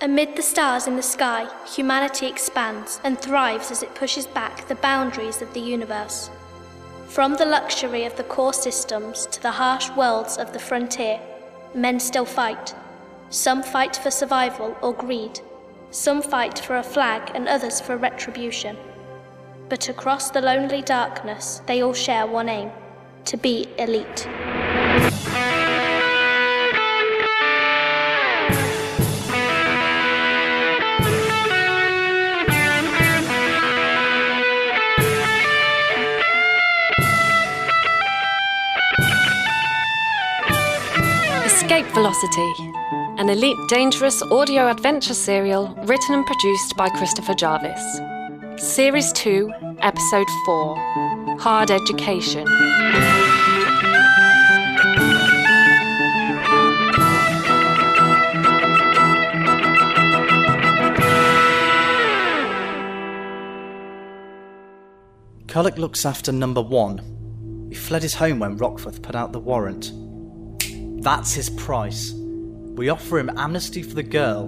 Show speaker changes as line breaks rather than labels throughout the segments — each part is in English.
Amid the stars in the sky, humanity expands and thrives as it pushes back the boundaries of the universe. From the luxury of the core systems to the harsh worlds of the frontier, men still fight. Some fight for survival or greed, some fight for a flag and others for retribution. But across the lonely darkness, they all share one aim to be elite.
Escape Velocity, an elite dangerous audio adventure serial written and produced by Christopher Jarvis. Series 2, Episode 4 Hard Education.
Culloch looks after number one. He fled his home when Rockforth put out the warrant. That's his price. We offer him amnesty for the girl.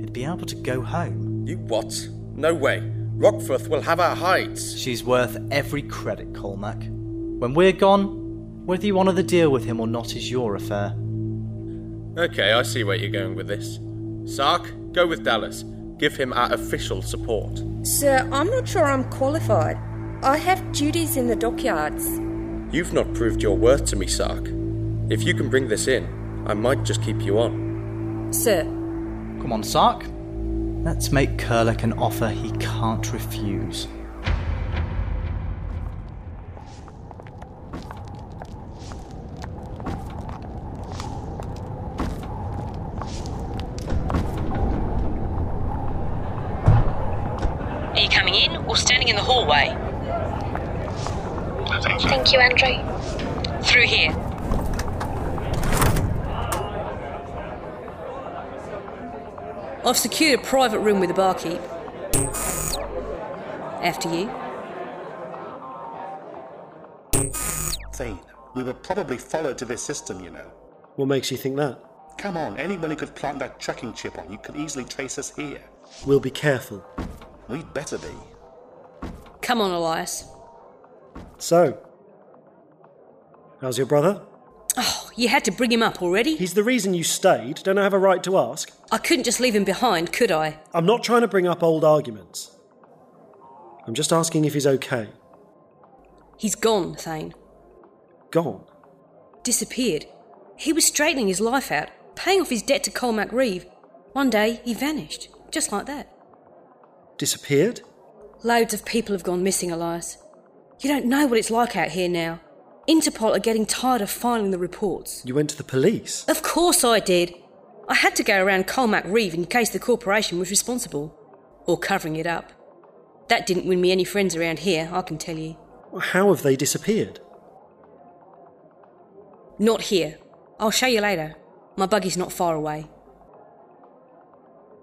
He'd be able to go home.
You what? No way. Rockforth will have our hides.
She's worth every credit, Colmac. When we're gone, whether you honour the deal with him or not is your affair.
Okay, I see where you're going with this. Sark, go with Dallas. Give him our official support.
Sir, I'm not sure I'm qualified. I have duties in the dockyards.
You've not proved your worth to me, Sark. If you can bring this in, I might just keep you on.
Sir,
Come on, Sark. Let's make Curlick an offer he can't refuse.
Are you coming in or standing in the hallway?
Thank you, Andrew.
Through here.
I've secured a private room with the barkeep. After you.
Thane, we were probably followed to this system, you know.
What makes you think that?
Come on, anyone who could plant that tracking chip on you could easily trace us here.
We'll be careful.
We'd better be.
Come on, Elias.
So, how's your brother?
Oh, You had to bring him up already.
He's the reason you stayed. Don't I have a right to ask?
I couldn't just leave him behind, could I?
I'm not trying to bring up old arguments. I'm just asking if he's okay.
He's gone, Thane.
Gone.
Disappeared. He was straightening his life out, paying off his debt to Colmac Reeve. One day, he vanished. Just like that.
Disappeared?
Loads of people have gone missing, Elias. You don't know what it's like out here now. Interpol are getting tired of filing the reports.
You went to the police?
Of course I did. I had to go around Colmac Reeve in case the corporation was responsible. Or covering it up. That didn't win me any friends around here, I can tell you.
How have they disappeared?
Not here. I'll show you later. My buggy's not far away.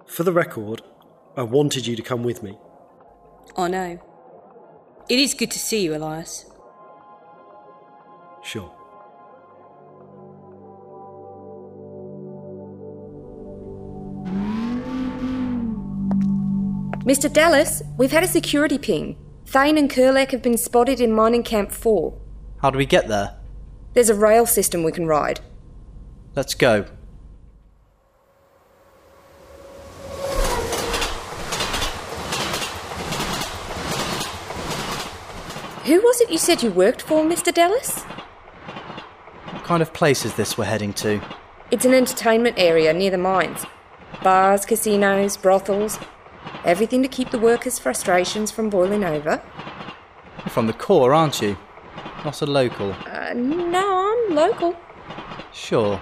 For the record, I wanted you to come with me.
I know. It is good to see you, Elias.
Sure.
Mr. Dallas, we've had a security ping. Thane and Kurlak have been spotted in mining camp 4.
How do we get there?
There's a rail system we can ride.
Let's go.
Who was it you said you worked for, Mr. Dallas?
What kind of place is this we're heading to?
It's an entertainment area near the mines. Bars, casinos, brothels, everything to keep the workers' frustrations from boiling over.
You're from the core, aren't you? Not a local.
Uh, no, I'm local.
Sure.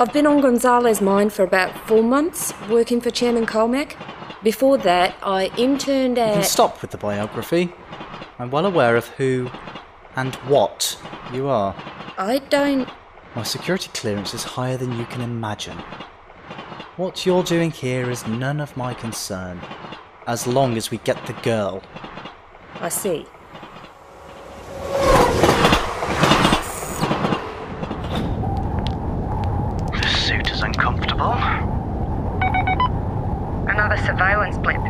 I've been on Gonzalez mine for about four months, working for Chairman Colmack. Before that, I interned
You can
at.
stop with the biography. I'm well aware of who and what you are.
I don't.
My security clearance is higher than you can imagine. What you're doing here is none of my concern, as long as we get the girl.
I see.
This suit is uncomfortable. another surveillance blip.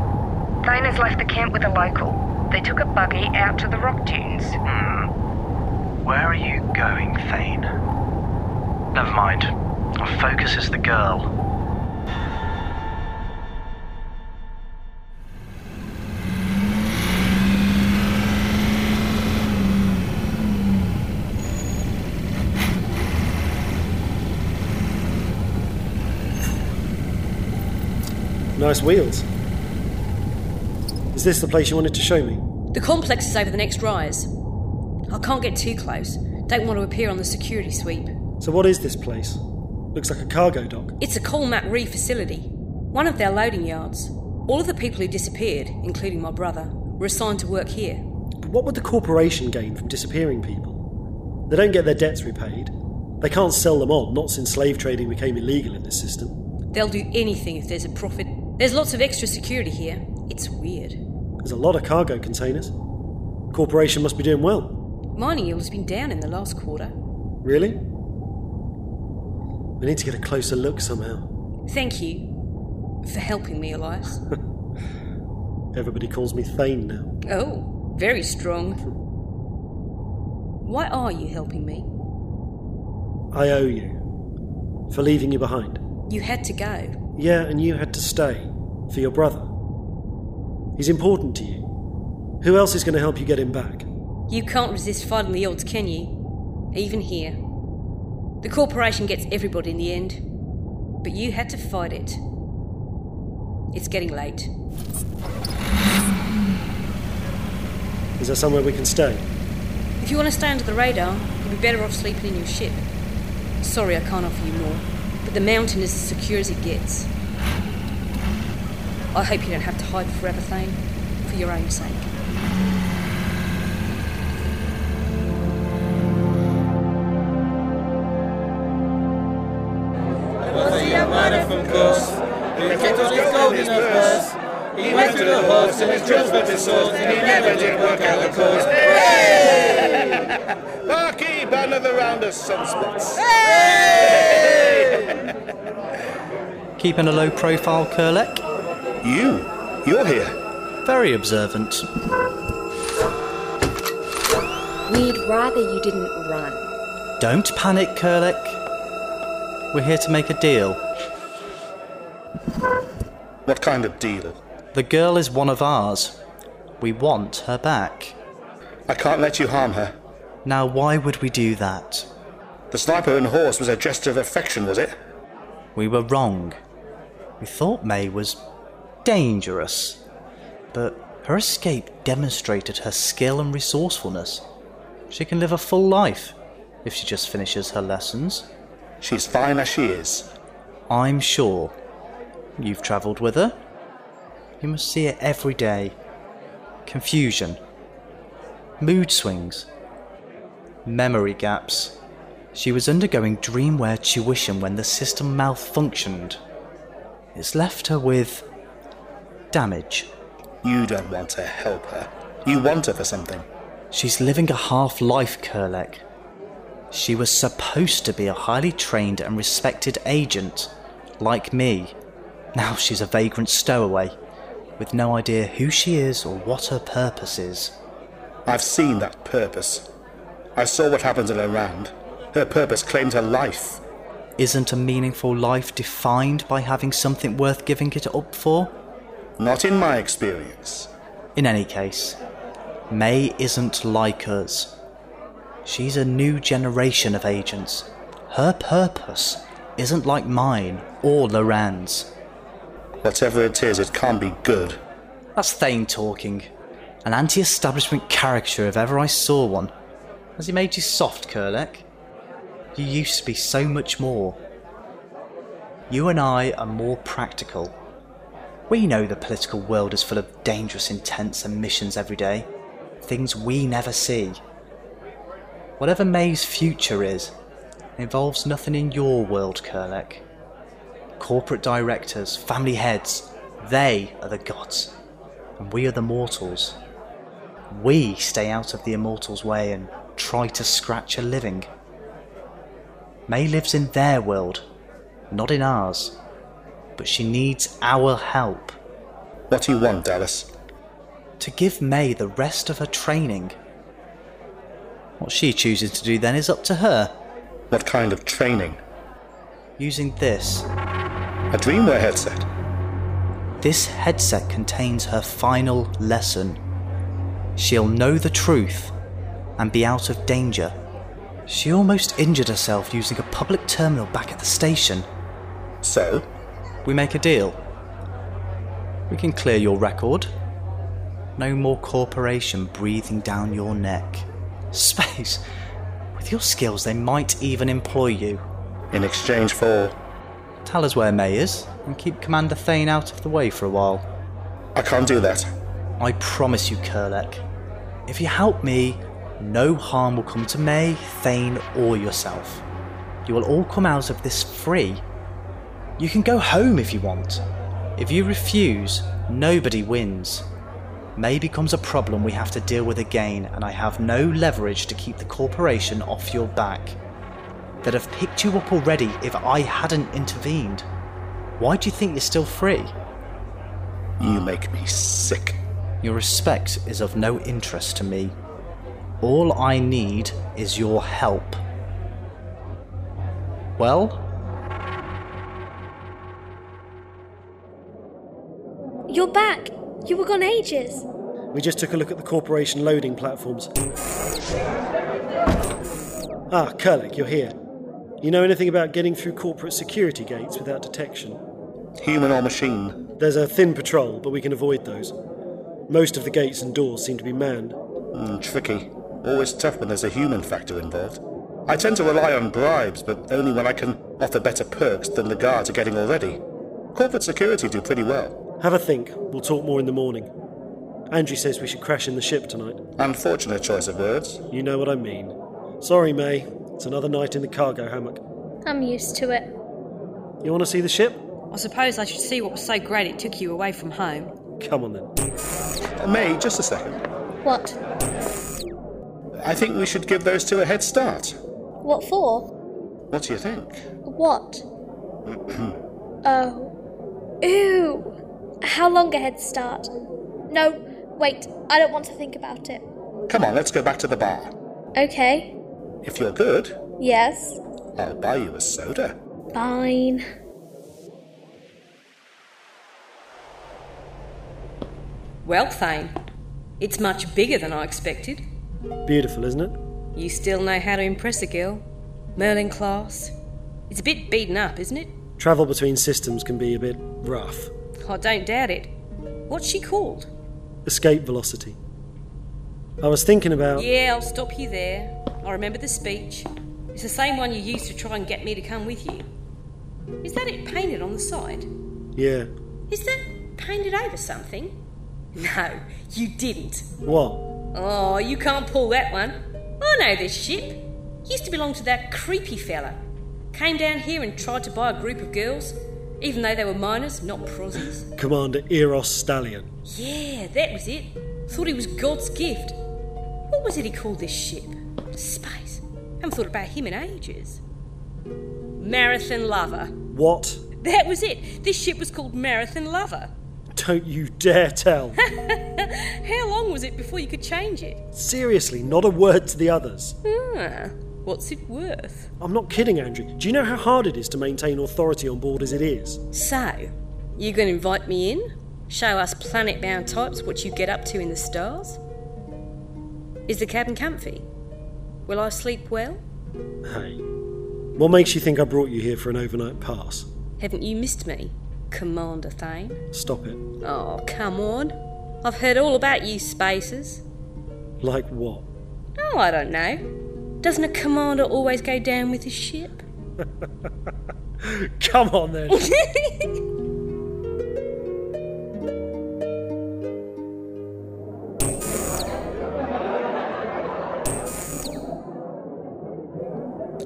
Thane has left the camp with a local. They took a buggy out to the rock dunes.
Where are you going, Thane? Never mind. Our focus is the girl.
Nice wheels. Is this the place you wanted to show me?
The complex is over the next rise. I can't get too close. Don't want to appear on the security sweep.
So, what is this place? Looks like a cargo dock.
It's a Colmac Re facility, one of their loading yards. All of the people who disappeared, including my brother, were assigned to work here.
But what would the corporation gain from disappearing people? They don't get their debts repaid. They can't sell them on, not since slave trading became illegal in this system.
They'll do anything if there's a profit. There's lots of extra security here. It's weird.
There's a lot of cargo containers. Corporation must be doing well.
Mining yield has been down in the last quarter.
Really? We need to get a closer look somehow.
Thank you for helping me, Elias.
Everybody calls me Thane now.
Oh, very strong. Why are you helping me?
I owe you. For leaving you behind.
You had to go.
Yeah, and you had to stay for your brother. He's important to you. Who else is going to help you get him back?
You can't resist fighting the odds, can you? Even here. The corporation gets everybody in the end. But you had to fight it. It's getting late.
Is there somewhere we can stay?
If you want to stay under the radar, you'd be better off sleeping in your ship. Sorry, I can't offer you more, but the mountain is as secure as it gets. I hope you don't have to hide forever, Thane, for your own sake.
a marathon course. The kettle is cold in his purse. He went to the horse and his jaws were disordered. He never did work out the cause.
Barkeep, another round of sunspots.
Keeping a low profile, Kerlek?
You? You're here.
Very observant.
We'd rather you didn't run.
Don't panic, Kerlek. We're here to make a deal.
What kind of deal?
The girl is one of ours. We want her back.
I can't let you harm her.
Now, why would we do that?
The sniper and horse was a gesture of affection, was it?
We were wrong. We thought May was dangerous, but her escape demonstrated her skill and resourcefulness. She can live a full life if she just finishes her lessons.
She's fine as she is.
I'm sure. You've travelled with her. You must see it every day. Confusion, mood swings, memory gaps. She was undergoing dreamwear tuition when the system malfunctioned. It's left her with damage.
You don't want to help her. You want her for something.
She's living a half life, Kerlek. She was supposed to be a highly trained and respected agent, like me. Now she's a vagrant stowaway, with no idea who she is or what her purpose is.
I've seen that purpose. I saw what happened in Iran. Her purpose claimed her life.
Isn't a meaningful life defined by having something worth giving it up for?
Not in my experience.
In any case, May isn't like us. She's a new generation of agents. Her purpose isn't like mine or Loran's.
Whatever it is, it can't be good.
That's Thane talking. An anti establishment caricature if ever I saw one. Has he made you soft, Kerlek? You used to be so much more. You and I are more practical. We know the political world is full of dangerous intents and missions every day, things we never see. Whatever May's future is, involves nothing in your world, Kerlek. Corporate directors, family heads, they are the gods, and we are the mortals. We stay out of the immortals' way and try to scratch a living. May lives in their world, not in ours, but she needs our help.
What do you want, Dallas?
To give May the rest of her training. What she chooses to do then is up to her.
What kind of training?
Using this.
A dreamwear headset.
This headset contains her final lesson. She'll know the truth and be out of danger. She almost injured herself using a public terminal back at the station.
So?
We make a deal. We can clear your record. No more corporation breathing down your neck. Space, with your skills, they might even employ you.
In exchange for.
Tell us where May is and keep Commander Thane out of the way for a while.
I can't do that.
I promise you, Kerlek. If you help me, no harm will come to May, Thane, or yourself. You will all come out of this free. You can go home if you want. If you refuse, nobody wins. May becomes a problem we have to deal with again, and I have no leverage to keep the corporation off your back. They'd have picked you up already if I hadn't intervened. Why do you think you're still free?
You make me sick.
Your respect is of no interest to me. All I need is your help. Well?
You're back. You were gone ages.
We just took a look at the corporation loading platforms. Ah, Kerlik, you're here. You know anything about getting through corporate security gates without detection?
Human or machine?
There's a thin patrol, but we can avoid those. Most of the gates and doors seem to be manned.
Mm, tricky. Always tough when there's a human factor involved. I tend to rely on bribes, but only when I can offer better perks than the guards are getting already. Corporate security do pretty well.
Have a think. We'll talk more in the morning. Andrew says we should crash in the ship tonight.
Unfortunate choice of words.
You know what I mean. Sorry, May. It's another night in the cargo hammock.
I'm used to it.
You want to see the ship?
I suppose I should see what was so great it took you away from home.
Come on then.
Uh, May, just a second.
What?
I think we should give those two a head start.
What for?
What do you think?
What? oh. Ooh. How long a head start? No, wait, I don't want to think about it.
Come on, let's go back to the bar.
Okay.
If you're good,
Yes.
I'll buy you a soda.
Fine.
Well, Thane, it's much bigger than I expected.
Beautiful, isn't it?
You still know how to impress a girl. Merlin class. It's a bit beaten up, isn't it?
Travel between systems can be a bit rough.
I don't doubt it. What's she called?
Escape velocity. I was thinking about.
Yeah, I'll stop you there. I remember the speech. It's the same one you used to try and get me to come with you. Is that it painted on the side?
Yeah.
Is that painted over something? No, you didn't.
What?
Oh, you can't pull that one. I know this ship. Used to belong to that creepy fella. Came down here and tried to buy a group of girls, even though they were minors, not prozzies.
Commander Eros Stallion.
Yeah, that was it. Thought he was God's gift. What was it he called this ship? Space. Haven't thought about him in ages. Marathon Lover.
What?
That was it. This ship was called Marathon Lover.
Don't you dare tell.
How long was it before you could change it?
Seriously, not a word to the others.
Ah, what's it worth?
I'm not kidding, Andrew. Do you know how hard it is to maintain authority on board as it is?
So, you gonna invite me in? Show us planet bound types what you get up to in the stars? Is the cabin comfy? Will I sleep well?
Hey, what makes you think I brought you here for an overnight pass?
Haven't you missed me, Commander Thane?
Stop it.
Oh, come on. I've heard all about you spacers.
Like what?
Oh, I don't know. Doesn't a commander always go down with his ship?
Come on then.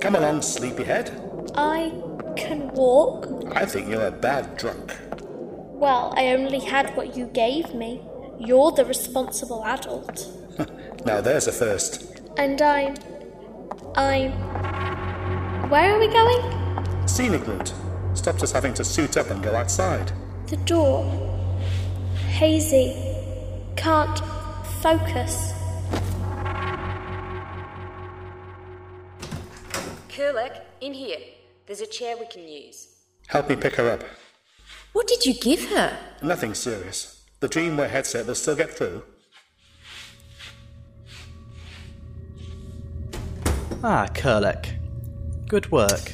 Come along, sleepyhead.
I can walk.
I think you're a bad drunk.
Well, I only had what you gave me. You're the responsible adult.
Now there's a first.
And I'm. I'm. Where are we going?
Scenic route. Stops us having to suit up and go outside.
The door. hazy. Can't focus.
Kurlek, in here. There's a chair we can use.
Help me pick her up.
What did you give her?
Nothing serious. The Dreamwear headset will still get through.
Ah, Kurlek. Good work.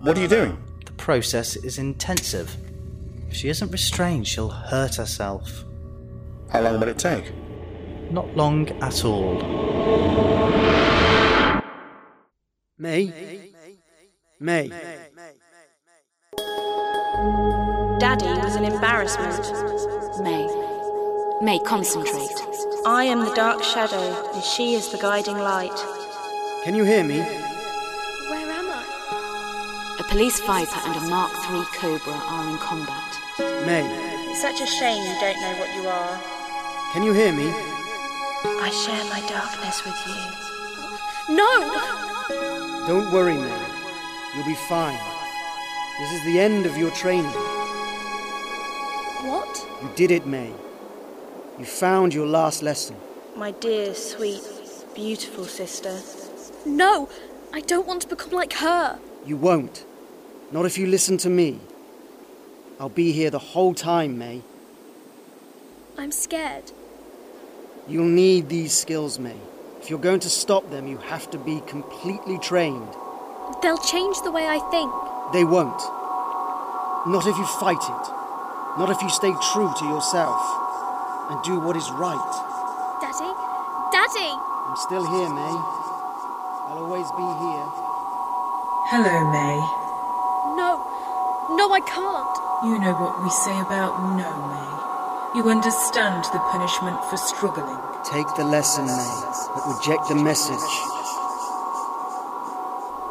What are you doing?
The process is intensive. If she isn't restrained, she'll hurt herself.
How long will it take?
Not long at all.
Me? Me?
Daddy was an embarrassment. May. May, concentrate. I am the dark shadow, and she is the guiding light.
Can you hear me?
Where am I?
A police Viper and a Mark III Cobra are in combat.
May,
It's such a shame you don't know what you are.
can you hear me?
I share my darkness with you.
No!
Don't worry, May. You'll be fine. This is the end of your training.
What?
You did it, May. You found your last lesson.
My dear, sweet, beautiful sister.
No! I don't want to become like her.
You won't. Not if you listen to me. I'll be here the whole time, May.
I'm scared.
You'll need these skills, May. If you're going to stop them, you have to be completely trained.
They'll change the way I think.
They won't. Not if you fight it. Not if you stay true to yourself and do what is right.
Daddy? Daddy!
I'm still here, May. I'll always be here.
Hello, May.
No! No, I can't!
You know what we say about no, May. You understand the punishment for struggling.
Take the lesson, May, but reject the message.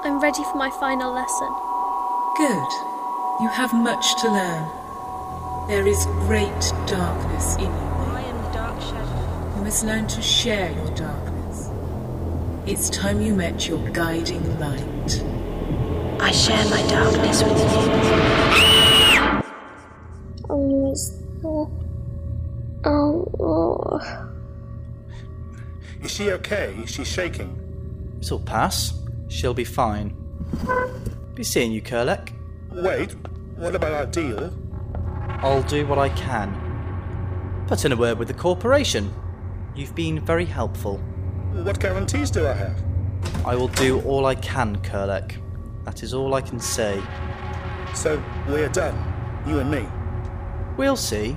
I'm ready for my final lesson.
Good. You have much to learn. There is great darkness in you. I am the dark shadow. You must learn to share your darkness. It's time you met your guiding light. I share my darkness with you.
I'm still. Oh.
Is she okay? Is she shaking?
It'll pass. She'll be fine. Be seeing you, Kurlek.
Wait, what about our deal?
I'll do what I can. Put in a word with the corporation. You've been very helpful.
What guarantees do I have?
I will do all I can, Kurlek. That is all I can say.
So we're done, you and me.
We'll see.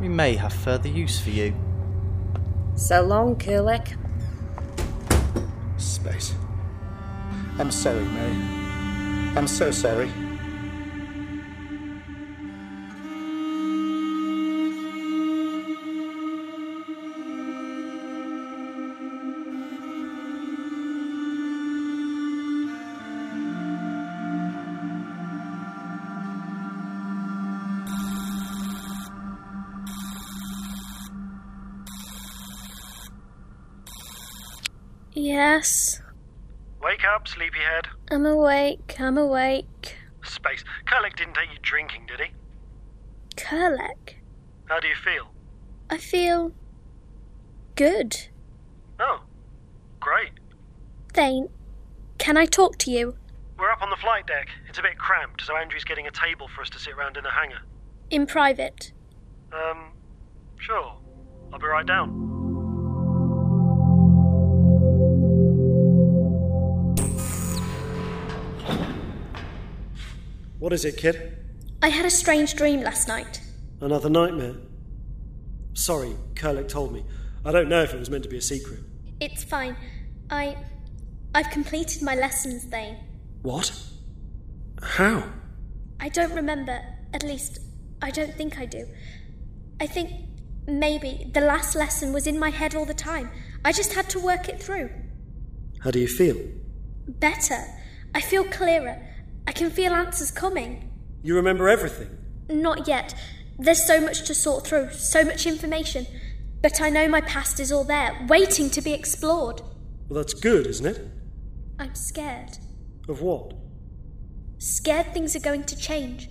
We may have further use for you.
So long, Kurlek.
Space. I'm sorry, May. I'm so sorry.
Yes,
Wake up, sleepyhead.
I'm awake, I'm awake.
Space. Kurlek didn't take you drinking, did he?
Kurlek,
How do you feel?
I feel. good.
Oh, great.
Thane, can I talk to you?
We're up on the flight deck. It's a bit cramped, so Andrew's getting a table for us to sit round in the hangar.
In private.
Um, sure. I'll be right down.
What is it, kid?
I had a strange dream last night.
Another nightmare. Sorry, Kurlek told me. I don't know if it was meant to be a secret.
It's fine. I. I've completed my lessons, Thane.
What? How?
I don't remember. At least, I don't think I do. I think maybe the last lesson was in my head all the time. I just had to work it through.
How do you feel?
Better. I feel clearer. I can feel answers coming.
You remember everything.
Not yet. There's so much to sort through, so much information. But I know my past is all there, waiting to be explored.
Well, that's good, isn't it?
I'm scared.
Of what?
Scared things are going to change.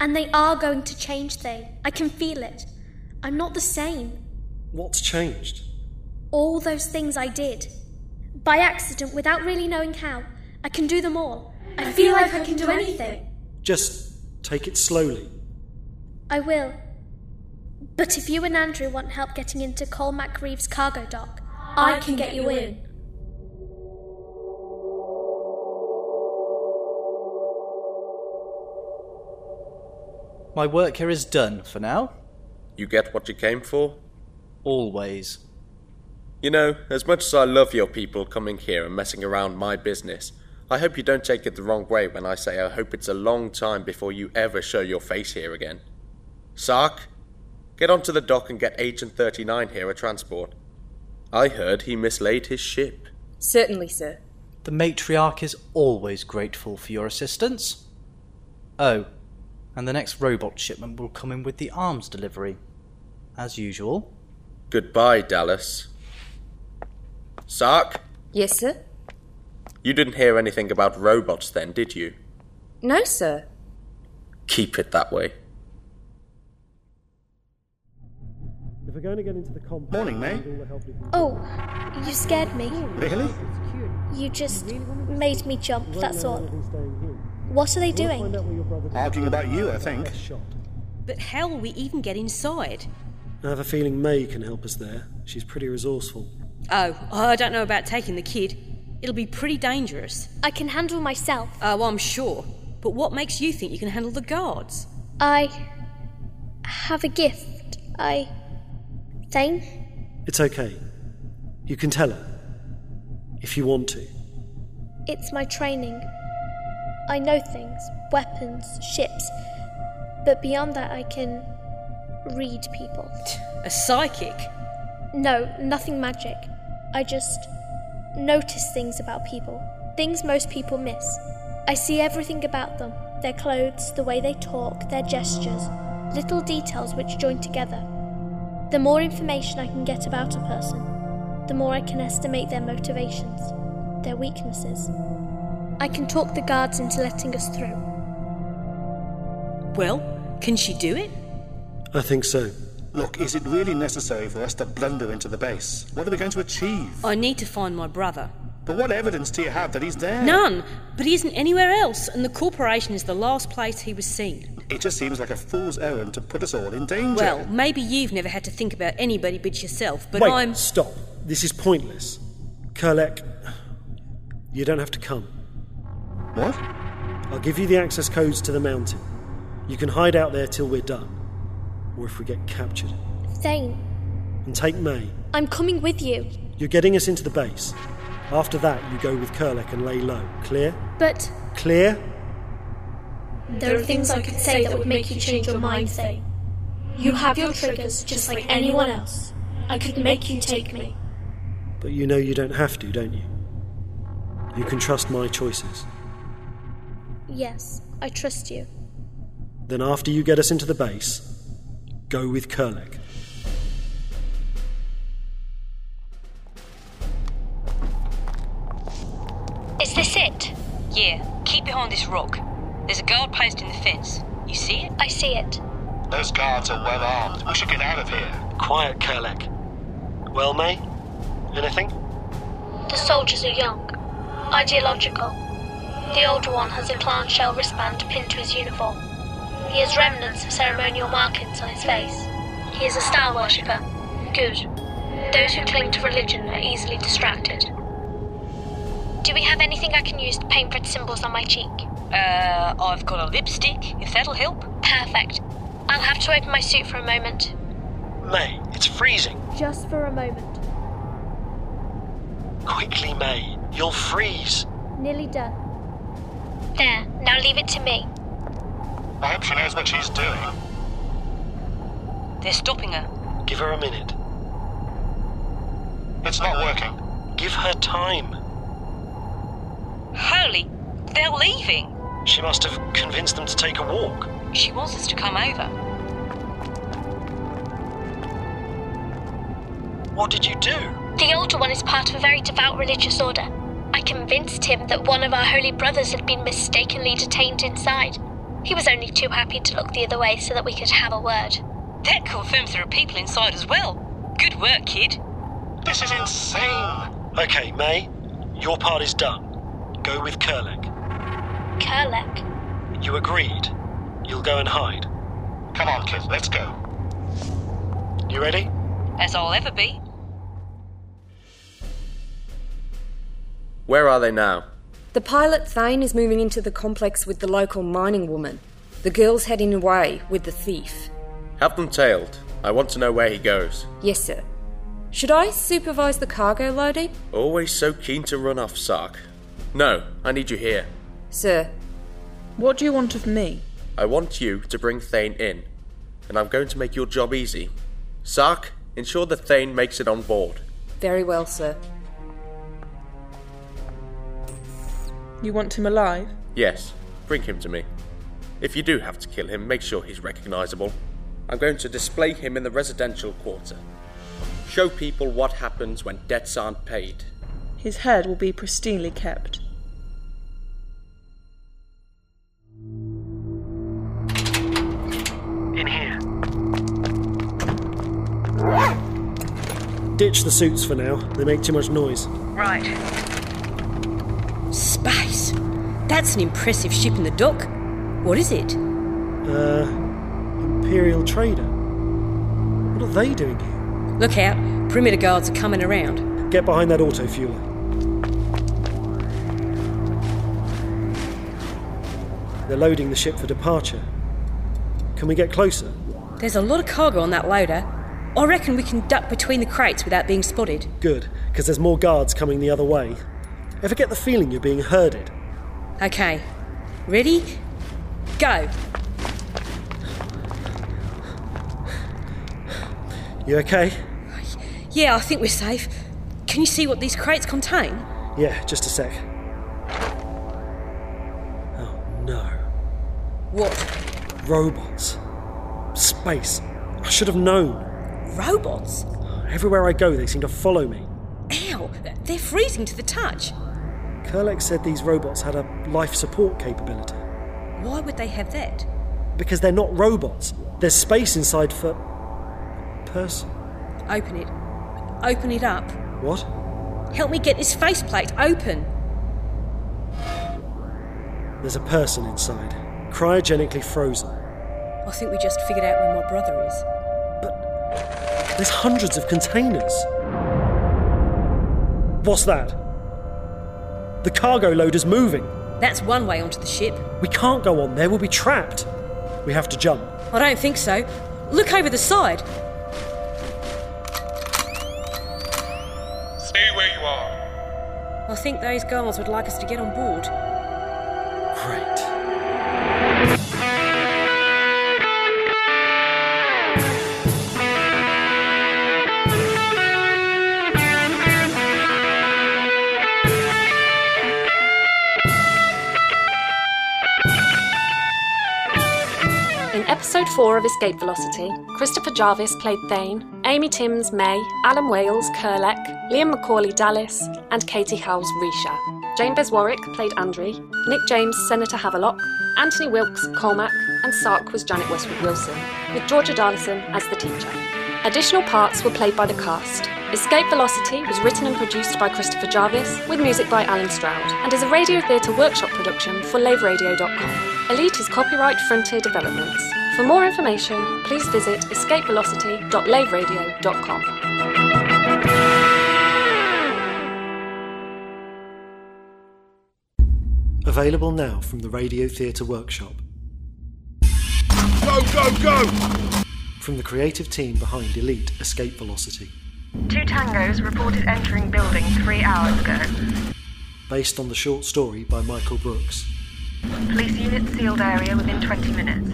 And they are going to change, they. I can feel it. I'm not the same.
What's changed?
All those things I did. By accident, without really knowing how. I can do them all. I, feel like I can do anything.
Just take it slowly.
I will. But if you and Andrew want help getting into Colmac Reeves cargo dock, I, can get you in.
My work here is done for now.
You get what you came for?
Always.
You know, as much as I love your people coming here and messing around my business, I hope you don't take it the wrong way when I say I hope it's a long time before you ever show your face here again. Sark, get onto the dock and get Agent 39 here a transport. I heard he mislaid his ship.
Certainly, sir.
The matriarch is always grateful for your assistance. Oh, and the next robot shipment will come in with the arms delivery. As usual.
Goodbye, Dallas. Sark,
Yes, sir?
you didn't hear anything about robots then, did you?
No, sir.
Keep it that way.
If we're going to get into the compound,
Morning, mate.
Oh, you scared me.
Really?
You just made me jump, that's all. What are they doing?
Arguing about you, I think.
But how will we even get inside?
I have a feeling May can help us there. She's pretty resourceful.
Oh, I don't know about taking the kid. It'll be pretty dangerous.
I can handle myself.
Oh, I'm sure. But what makes you think you can handle the guards?
I have a gift. I. thing?
It's okay. You can tell her. If you want to.
It's my training. I know things weapons, ships. But beyond that, I can read people.
A psychic?
No, nothing magic. I just notice things about people, things most people miss. I see everything about them their clothes, the way they talk, their gestures, little details which join together. The more information I can get about a person, the more I can estimate their motivations, their weaknesses. I can talk the guards into letting us through.
Well, can she do it?
I think so.
Look, is it really necessary for us to blunder into the base? What are we going to achieve?
I need to find my brother.
But what evidence do you have that he's there?
None, but he isn't anywhere else, and the corporation is the last place he was seen.
It just seems like a fool's errand to put us all in danger.
Well, maybe you've never had to think about anybody but yourself, but
Wait,
I'm.
Stop. This is pointless. Kerlek, you don't have to come.
What?
I'll give you the access codes to the mountain. You can hide out there till we're done. Or if we get captured.
Thane,
And take May.
I'm coming with you.
You're getting us into the base. After that, you go with Kerlek and lay low. Clear?
But
Clear?
there are things I could say that would make you change your mind, Thane. You have your triggers just like anyone else. I could make you take me.
But you know you don't have to, don't you? You can trust my choices.
Yes, I trust you.
Then, after you get us into the base, go with Kerlek.
Is this it? Yeah, keep behind this rock. There's a guard post in the fence. You see it?
I see it.
Those guards are well armed. We should get out of here.
Quiet, Kerlek. Well, May? Anything?
The soldiers are young, ideological. The older one has a clan shell wristband pinned to his uniform. He has remnants of ceremonial markings on his face. He is a star worshipper. Good. Those who cling to religion are easily distracted. Do we have anything I can use to paint red symbols on my cheek?
Uh, I've got a lipstick, if that'll help.
Perfect. I'll have to open my suit for a moment.
May, it's freezing.
Just for a moment.
Quickly, May. You'll freeze.
Nearly done. There, now leave it to me.
I hope she knows what she's doing.
They're stopping her.
Give her a minute.
It's not working.
Give her time.
Holy, they're leaving.
She must have convinced them to take a walk.
She wants us to come over.
What did you do?
The older one is part of a very devout religious order. I convinced him that one of our holy brothers had been mistakenly detained inside. He was only too happy to look the other way so that we could have a word.
That confirms there are people inside as well. Good work, kid.
This is insane. Okay, May, your part is done. Go with Kerlek.
Kerlek.
You agreed. You'll go and hide. Come on, kid, let's go. You ready?
As I'll ever be.
Where are they now?
The pilot Thane is moving into the complex with the local mining woman. The girl's heading away with the thief.
Have them tailed. I want to know where he goes.
Yes, sir. Should I supervise the cargo loading?
Always so keen to run off, Sark. No, I need you here.
Sir.
What do you want of me?
I want you to bring Thane in, and I'm going to make your job easy. Sark, ensure that Thane makes it on board.
Very well, sir.
You want him alive?
Yes, bring him to me. If you do have to kill him, make sure he's recognizable. I'm going to display him in the residential quarter. Show people what happens when debts aren't paid.
His head will be pristinely kept.
In here.
Ditch the suits for now, they make too much noise.
Right. Space. That's an impressive ship in the dock. What is it?
Uh, Imperial Trader. What are they doing here?
Look out. Perimeter guards are coming around.
Get behind that auto fueler. They're loading the ship for departure. Can we get closer?
There's a lot of cargo on that loader. I reckon we can duck between the crates without being spotted.
Good, because there's more guards coming the other way. Ever get the feeling you're being herded?
Okay. Ready? Go.
You okay?
Yeah, I think we're safe. Can you see what these crates contain?
Yeah, just a sec. Oh no.
What?
Robots. Space. I should have known.
Robots?
Everywhere I go, they seem to follow me.
Ow! They're freezing to the touch.
Kerlek said these robots had a life support capability.
Why would they have that?
Because they're not robots. There's space inside for. person.
Open it. Open it up.
What?
Help me get this faceplate open.
There's a person inside, cryogenically frozen.
I think we just figured out where my brother is.
There's hundreds of containers. What's that? The cargo loader's moving.
That's one way onto the ship.
We can't go on there, we'll be trapped. We have to jump.
I don't think so. Look over the side.
Stay where you are.
I think those guards would like us to get on board.
In episode 4 of Escape Velocity, Christopher Jarvis played Thane, Amy Timms May, Alan Wales Kerlek, Liam McCauley Dallas, and Katie Howes Risha. Jane Beswarwick played Andre, Nick James Senator Havelock, Anthony Wilkes Colmack, and Sark was Janet Westwood Wilson, with Georgia Darlison as the teacher. Additional parts were played by the cast. Escape Velocity was written and produced by Christopher Jarvis, with music by Alan Stroud, and is a radio theatre workshop production for laveradio.com. Elite is copyright Frontier Developments. For more information, please visit escapevelocity.laveradio.com.
Available now from the Radio Theatre Workshop.
Go, go, go!
From the creative team behind Elite Escape Velocity.
Two tangos reported entering building three hours ago.
Based on the short story by Michael Brooks.
Police unit sealed area within 20 minutes.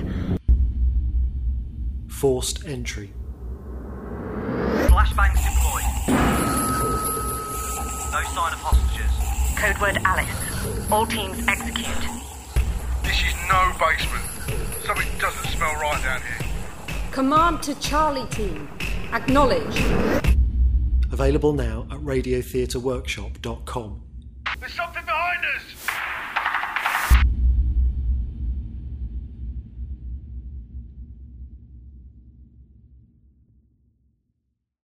Forced entry.
Flashbangs deployed. No sign of hostages.
Code word Alice. All teams execute.
This is no basement. Something doesn't smell right down here.
Command to Charlie team. Acknowledge.
Available now at radiotheatreworkshop.com.
There's something behind us!